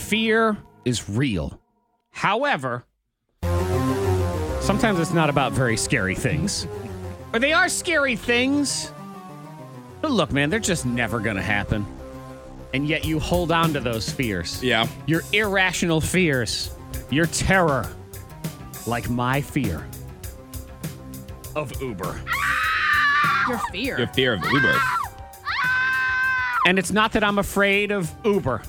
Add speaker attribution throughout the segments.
Speaker 1: fear is real. However, sometimes it's not about very scary things. Or they are scary things. But look, man, they're just never going to happen. And yet you hold on to those fears.
Speaker 2: Yeah.
Speaker 1: Your irrational fears, your terror, like my fear of Uber.
Speaker 3: Your fear.
Speaker 2: Your fear of Uber.
Speaker 1: And it's not that I'm afraid of Uber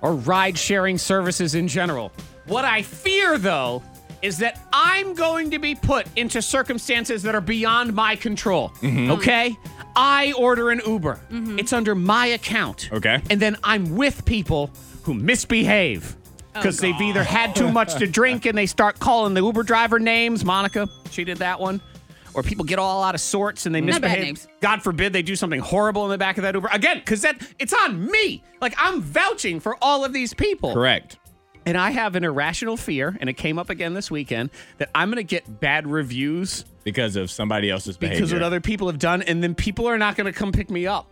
Speaker 1: or ride sharing services in general. What I fear, though, is that I'm going to be put into circumstances that are beyond my control.
Speaker 3: Mm-hmm.
Speaker 1: Okay? I order an Uber, it's under my account.
Speaker 2: Okay.
Speaker 1: And then I'm with people who misbehave.
Speaker 3: Oh,
Speaker 1: Because they've either had too much to drink and they start calling the Uber driver names. Monica, she did that one. Or people get all out of sorts and they
Speaker 3: Not bad
Speaker 1: misbehave.
Speaker 3: names.
Speaker 1: God forbid they do something horrible in the back of that Uber. Again, because that it's on me. Like I'm vouching for all of these people.
Speaker 2: Correct.
Speaker 1: And I have an irrational fear, and it came up again this weekend, that I'm gonna get bad reviews
Speaker 2: Because of somebody else's behavior.
Speaker 1: because what other people have done, and then people are not gonna come pick me up.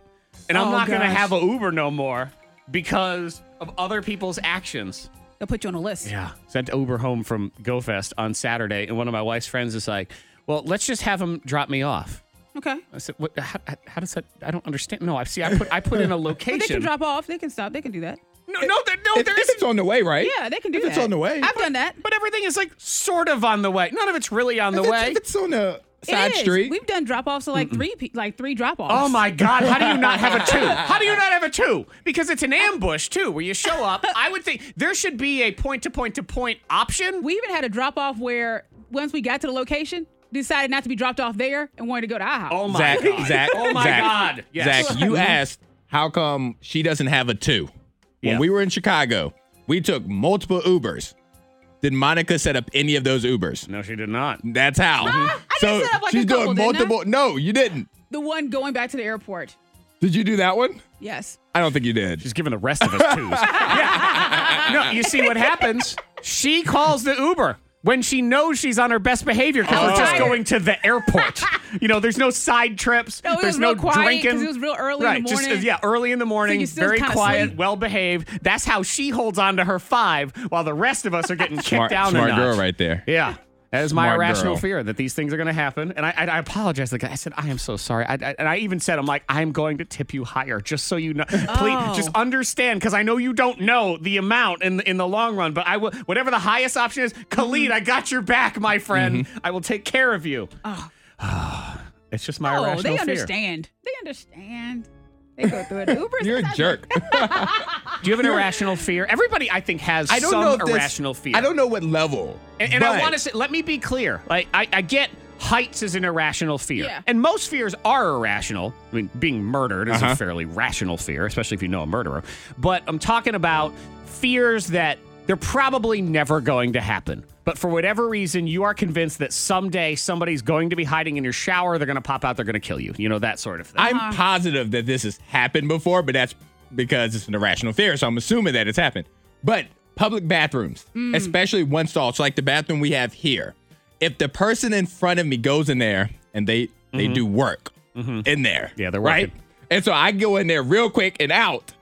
Speaker 1: And I'm
Speaker 3: Oh,
Speaker 1: not gonna
Speaker 3: gosh.
Speaker 1: have a Uber no more because of other people's actions.
Speaker 3: They'll put you on a list.
Speaker 1: Yeah. Sent Uber home from GoFest on Saturday, and one of my wife's friends is like, Well, let's just have him drop me off.
Speaker 3: Okay.
Speaker 1: I said, "What? How, how does that? I don't understand." No, I see. I put I put in a
Speaker 3: But they can
Speaker 1: location.
Speaker 3: drop off. They can stop. They can do that.
Speaker 1: no, no, there, no,
Speaker 2: If,
Speaker 1: there
Speaker 2: Oh, if it's
Speaker 1: isn't.
Speaker 2: on the way, right?
Speaker 3: Yeah, they can do
Speaker 2: If
Speaker 3: that.
Speaker 2: it's on the way.
Speaker 3: I've done that.
Speaker 1: But everything is like sort of on the way. None of it's really on the
Speaker 2: If it's-
Speaker 1: way.
Speaker 2: If it's on the
Speaker 3: It
Speaker 2: side
Speaker 3: is.
Speaker 2: street.
Speaker 3: We've done drop offs to like three, pe- like three drop offs.
Speaker 1: Oh my God! How do you not have a two? How do you not have a two? Because it's an ambush too, where you show up. I would think there should be a point to point to point option.
Speaker 3: We even had a drop off where once we got to the location, decided not to be dropped off there and wanted to go to IHOP.
Speaker 1: Oh my
Speaker 2: Zach,
Speaker 1: God!
Speaker 2: Zach,
Speaker 1: oh my
Speaker 2: Zach,
Speaker 1: God! Yes. Mm-hmm.
Speaker 2: Zach, you asked how come she doesn't have a two. When
Speaker 1: Yeah.
Speaker 2: we were in Chicago, we took multiple Ubers. Did Monica set up any of those Ubers?
Speaker 1: No, she did not.
Speaker 2: That's how.
Speaker 3: I
Speaker 2: so
Speaker 3: did set up like a
Speaker 2: she's
Speaker 3: couple,
Speaker 2: doing
Speaker 3: didn't I?
Speaker 2: multiple. No, you didn't.
Speaker 3: The one going back to the airport.
Speaker 2: Did you do that one?
Speaker 3: Yes.
Speaker 2: I don't think you did.
Speaker 1: She's giving the rest of us twos. No, you see what happens? She calls the Uber when she knows she's on her best behavior because we're just
Speaker 3: Oh. tired.
Speaker 1: going to the airport. you know, there's no side trips.
Speaker 3: No, it
Speaker 1: there's
Speaker 3: was
Speaker 1: no
Speaker 3: real quiet 'cause
Speaker 1: drinking.
Speaker 3: it was real early in the
Speaker 1: right, Just,
Speaker 3: morning.
Speaker 1: uh, yeah, early in the morning,
Speaker 3: you're still
Speaker 1: very
Speaker 3: kinda
Speaker 1: quiet,
Speaker 3: asleep.
Speaker 1: well behaved. That's how she holds on to her five while the rest of us are getting kicked
Speaker 2: Smart,
Speaker 1: down
Speaker 2: smart
Speaker 1: a notch.
Speaker 2: girl right there.
Speaker 1: Yeah. That is my
Speaker 2: Smart
Speaker 1: irrational
Speaker 2: girl.
Speaker 1: fear that these things are going to happen. And I, I, I apologize. Like I said, I am so sorry. I, I- and I even said, I'm like, I'm going to tip you higher just so you know.
Speaker 2: Oh.
Speaker 1: Please, just understand because I know you don't know the amount in, in the long run, but I will, whatever the highest option is,
Speaker 2: Mm-hmm.
Speaker 1: Khalid, I got your back, my friend. I will take care of you. it's just my
Speaker 3: Oh,
Speaker 1: irrational
Speaker 3: they
Speaker 1: fear.
Speaker 3: understand. They understand. They go through it. Uber's
Speaker 2: You're a jerk.
Speaker 1: Do you have an irrational fear? Everybody, I think, has
Speaker 2: I don't
Speaker 1: some
Speaker 2: know if this-
Speaker 1: irrational fear.
Speaker 2: I don't know what level.
Speaker 1: And, and I
Speaker 2: but-
Speaker 1: want to say, let me be clear. Like, I, I get heights is an irrational fear.
Speaker 3: Yeah.
Speaker 1: And most fears are irrational. I mean, being murdered is
Speaker 2: Uh-huh.
Speaker 1: a fairly rational fear, especially if you know a murderer. But I'm talking about fears that they're probably never going to happen. But for whatever reason, you are convinced that someday somebody's going to be hiding in your shower. They're going to pop out. They're going to kill you. You know, that sort of thing.
Speaker 2: I'm positive that this has happened before, but that's because it's an irrational fear. So I'm assuming that it's happened. But public bathrooms,
Speaker 1: Mm.
Speaker 2: especially one stall, so like the bathroom we have here, if the person in front of me goes in there and they they do work in there,
Speaker 1: Mm-hmm. Yeah, they're
Speaker 2: right.
Speaker 1: working.
Speaker 2: And so I go in there real quick and out,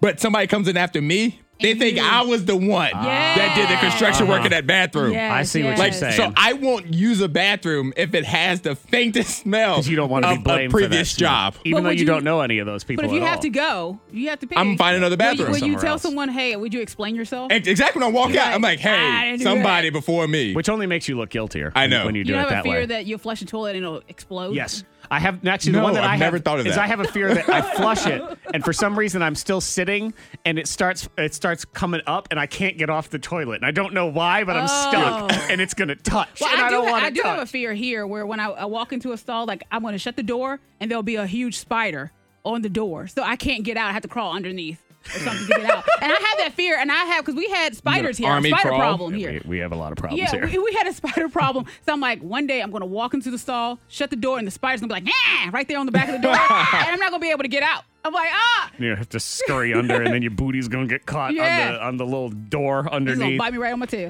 Speaker 2: but somebody comes in after me. They think I was the one
Speaker 1: Ah.
Speaker 2: that did the construction work in that bathroom.
Speaker 3: Yes,
Speaker 1: I see what you're
Speaker 2: Like,
Speaker 3: yes.
Speaker 1: saying.
Speaker 2: so I won't use a bathroom if it has the faintest smell.
Speaker 1: Because you don't want to
Speaker 2: of
Speaker 1: be blamed
Speaker 2: a previous
Speaker 1: for that
Speaker 2: job.
Speaker 1: Even
Speaker 3: But
Speaker 1: though
Speaker 3: would
Speaker 1: you,
Speaker 3: you-
Speaker 1: don't know any of those people
Speaker 3: But if you
Speaker 1: at
Speaker 3: have
Speaker 1: all.
Speaker 3: to go, you have to pick.
Speaker 2: I'm gonna find another
Speaker 3: Will you-
Speaker 2: bathroom
Speaker 3: Will you,
Speaker 1: somewhere
Speaker 3: tell
Speaker 1: else.
Speaker 3: someone, hey, would you explain yourself?
Speaker 2: Ex- Exactly when I walk out, I'm like,
Speaker 3: I
Speaker 2: hey,
Speaker 3: didn't do
Speaker 2: somebody before me.
Speaker 1: Which only makes you look guiltier.
Speaker 2: I
Speaker 1: when-
Speaker 2: know.
Speaker 1: When you
Speaker 2: You
Speaker 1: do
Speaker 3: you
Speaker 1: it
Speaker 3: have
Speaker 1: that
Speaker 3: a fear
Speaker 1: way.
Speaker 3: that you'll flush a toilet and it'll explode.
Speaker 1: Yes. I have actually the
Speaker 2: No,
Speaker 1: one that
Speaker 2: I've
Speaker 1: I
Speaker 2: never
Speaker 1: have
Speaker 2: thought of
Speaker 1: is
Speaker 2: that.
Speaker 1: I have a fear that I flush it and for some reason I'm still sitting and it starts it starts coming up and I can't get off the toilet and I don't know why but I'm
Speaker 3: Oh.
Speaker 1: stuck and it's gonna touch
Speaker 3: Well,
Speaker 1: and I,
Speaker 3: I, do,
Speaker 1: don't
Speaker 3: ha-
Speaker 1: want
Speaker 3: I
Speaker 1: to
Speaker 3: do have a
Speaker 1: touch.
Speaker 3: fear here where when I, I walk into a stall, like I'm going to shut the door and there'll be a huge spider on the door. So I can't get out. I have to crawl underneath or something to get out. And I have that fear. And I have, because we had spiders here, a
Speaker 2: army
Speaker 3: spider
Speaker 2: crawl?
Speaker 3: problem here.
Speaker 1: we, we have a lot of problems
Speaker 3: yeah,
Speaker 1: here.
Speaker 3: we, we had a spider problem. So I'm like, one day I'm going to walk into the stall, shut the door, and the spider's going to be like, nah, right there on the back of the door. and I'm not going to be able to get out. I'm like, ah,
Speaker 1: you have to scurry under and then your booty's gonna get caught
Speaker 3: Yeah.
Speaker 1: on the on the little door
Speaker 3: he's going to
Speaker 1: underneath.
Speaker 3: bite me right on my tail.